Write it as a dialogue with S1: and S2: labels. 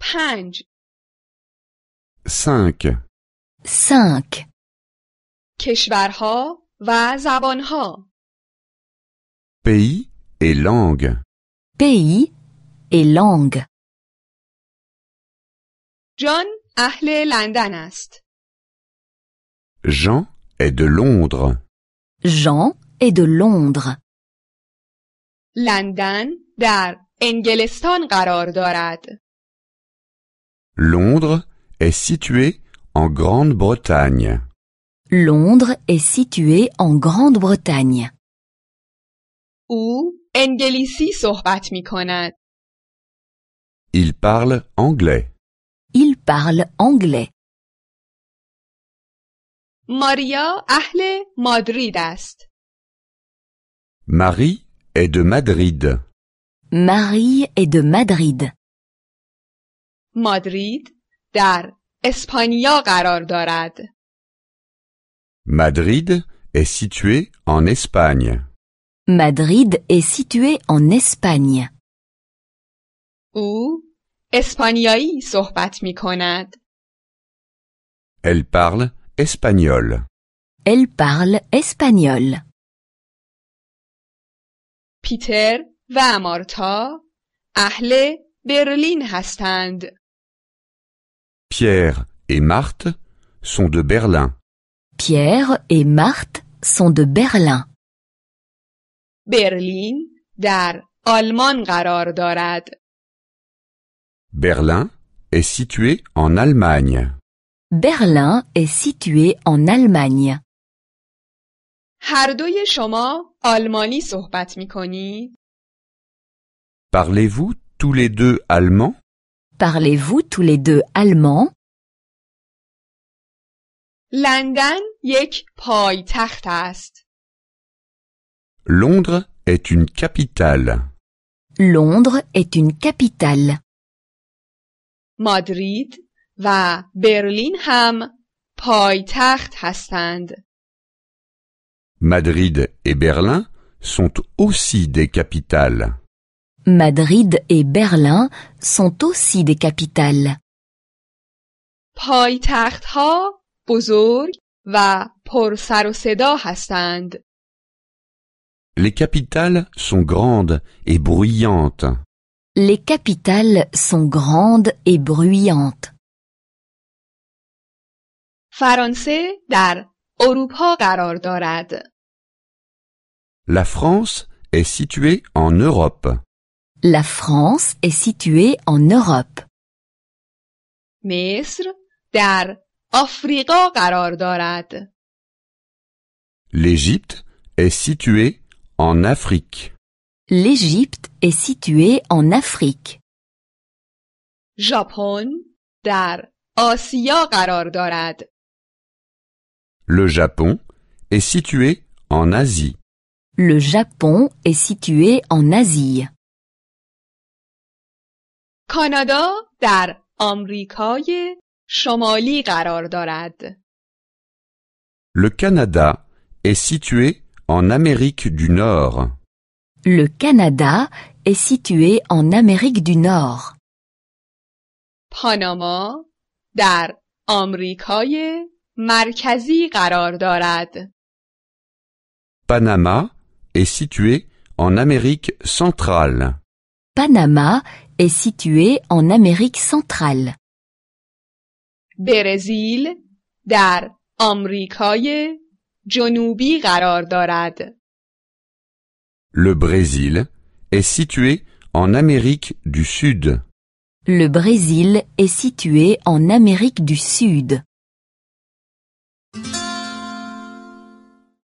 S1: پنج
S2: 5.
S3: 5.
S1: کشورها و زبانها
S2: Pays et langue.
S3: Pays et langue.
S1: جان اهل لندن است
S2: Jean est de Londres.
S3: Jean est de Londres.
S1: لندن در انگلستان قرار دارد
S2: Londres est situé en Grande-Bretagne.
S3: Londres est située en Grande-Bretagne.
S1: او انگلیسی صحبت می کند
S2: Il parle anglais.
S3: Il parle anglais.
S1: ماریا اهل مادرید است
S2: Marie est de Madrid.
S3: Marie est de Madrid.
S1: مادرید در اسپانیا قرار دارد
S2: Madrid est situé en Espagne.
S3: Madrid est située en Espagne.
S1: او اسپانیایی صحبت می کند
S2: Elle parle espagnol.
S3: Elle parle espagnol.
S1: پیتر و مارتا اهل برلین هستند
S2: Pierre et Marthe sont de Berlin.
S3: Pierre et Marthe sont de Berlin.
S1: برلین در آلمان قرار دارد
S2: Berlin est situé en Allemagne.
S3: Berlin est située en Allemagne.
S1: هر دوی شما آلمانی صحبت می کنید
S2: Parlez-vous tous les deux allemand
S3: Parlez-vous tous les deux allemand
S1: لندن یک پایتخت است
S2: Londres est une capitale.
S3: Londres est une capitale.
S1: مادرید و برلین هم پایتخت هستند
S2: Madrid et Berlin sont aussi des capitales.
S3: Madrid et Berlin sont aussi des capitales.
S1: پایتخت ها بزرگ و پر سر و صدا هستند
S2: Les capitales sont grandes et bruyantes.
S3: Les capitales sont grandes et bruyantes.
S1: فرانسه در اروپا قرار دارد
S2: La France est située en Europe.
S3: La France est située en Europe.
S1: مصر در آفریقا قرار دارد
S2: L'Égypte est située en Afrique.
S3: L'Égypte est située en Afrique.
S1: ژاپن در آسیا قرار دارد
S2: Le Japon est situé en Asie.
S3: Le Japon est situé en Asie.
S1: کانادا در آمریکای شمالی قرار دارد
S2: Le Canada est situé en Amérique du Nord.
S3: Le Canada est situé en Amérique du Nord.
S1: پاناما در آمریکای مرکزی قرار دارد
S2: Panama est situé en Amérique centrale.
S3: Panama est situé en Amérique centrale.
S1: برزیل در آمریکای جنوبی قرار دارد
S2: Le Brésil est situé en Amérique du Sud.
S3: Le Brésil est situé en Amérique du Sud.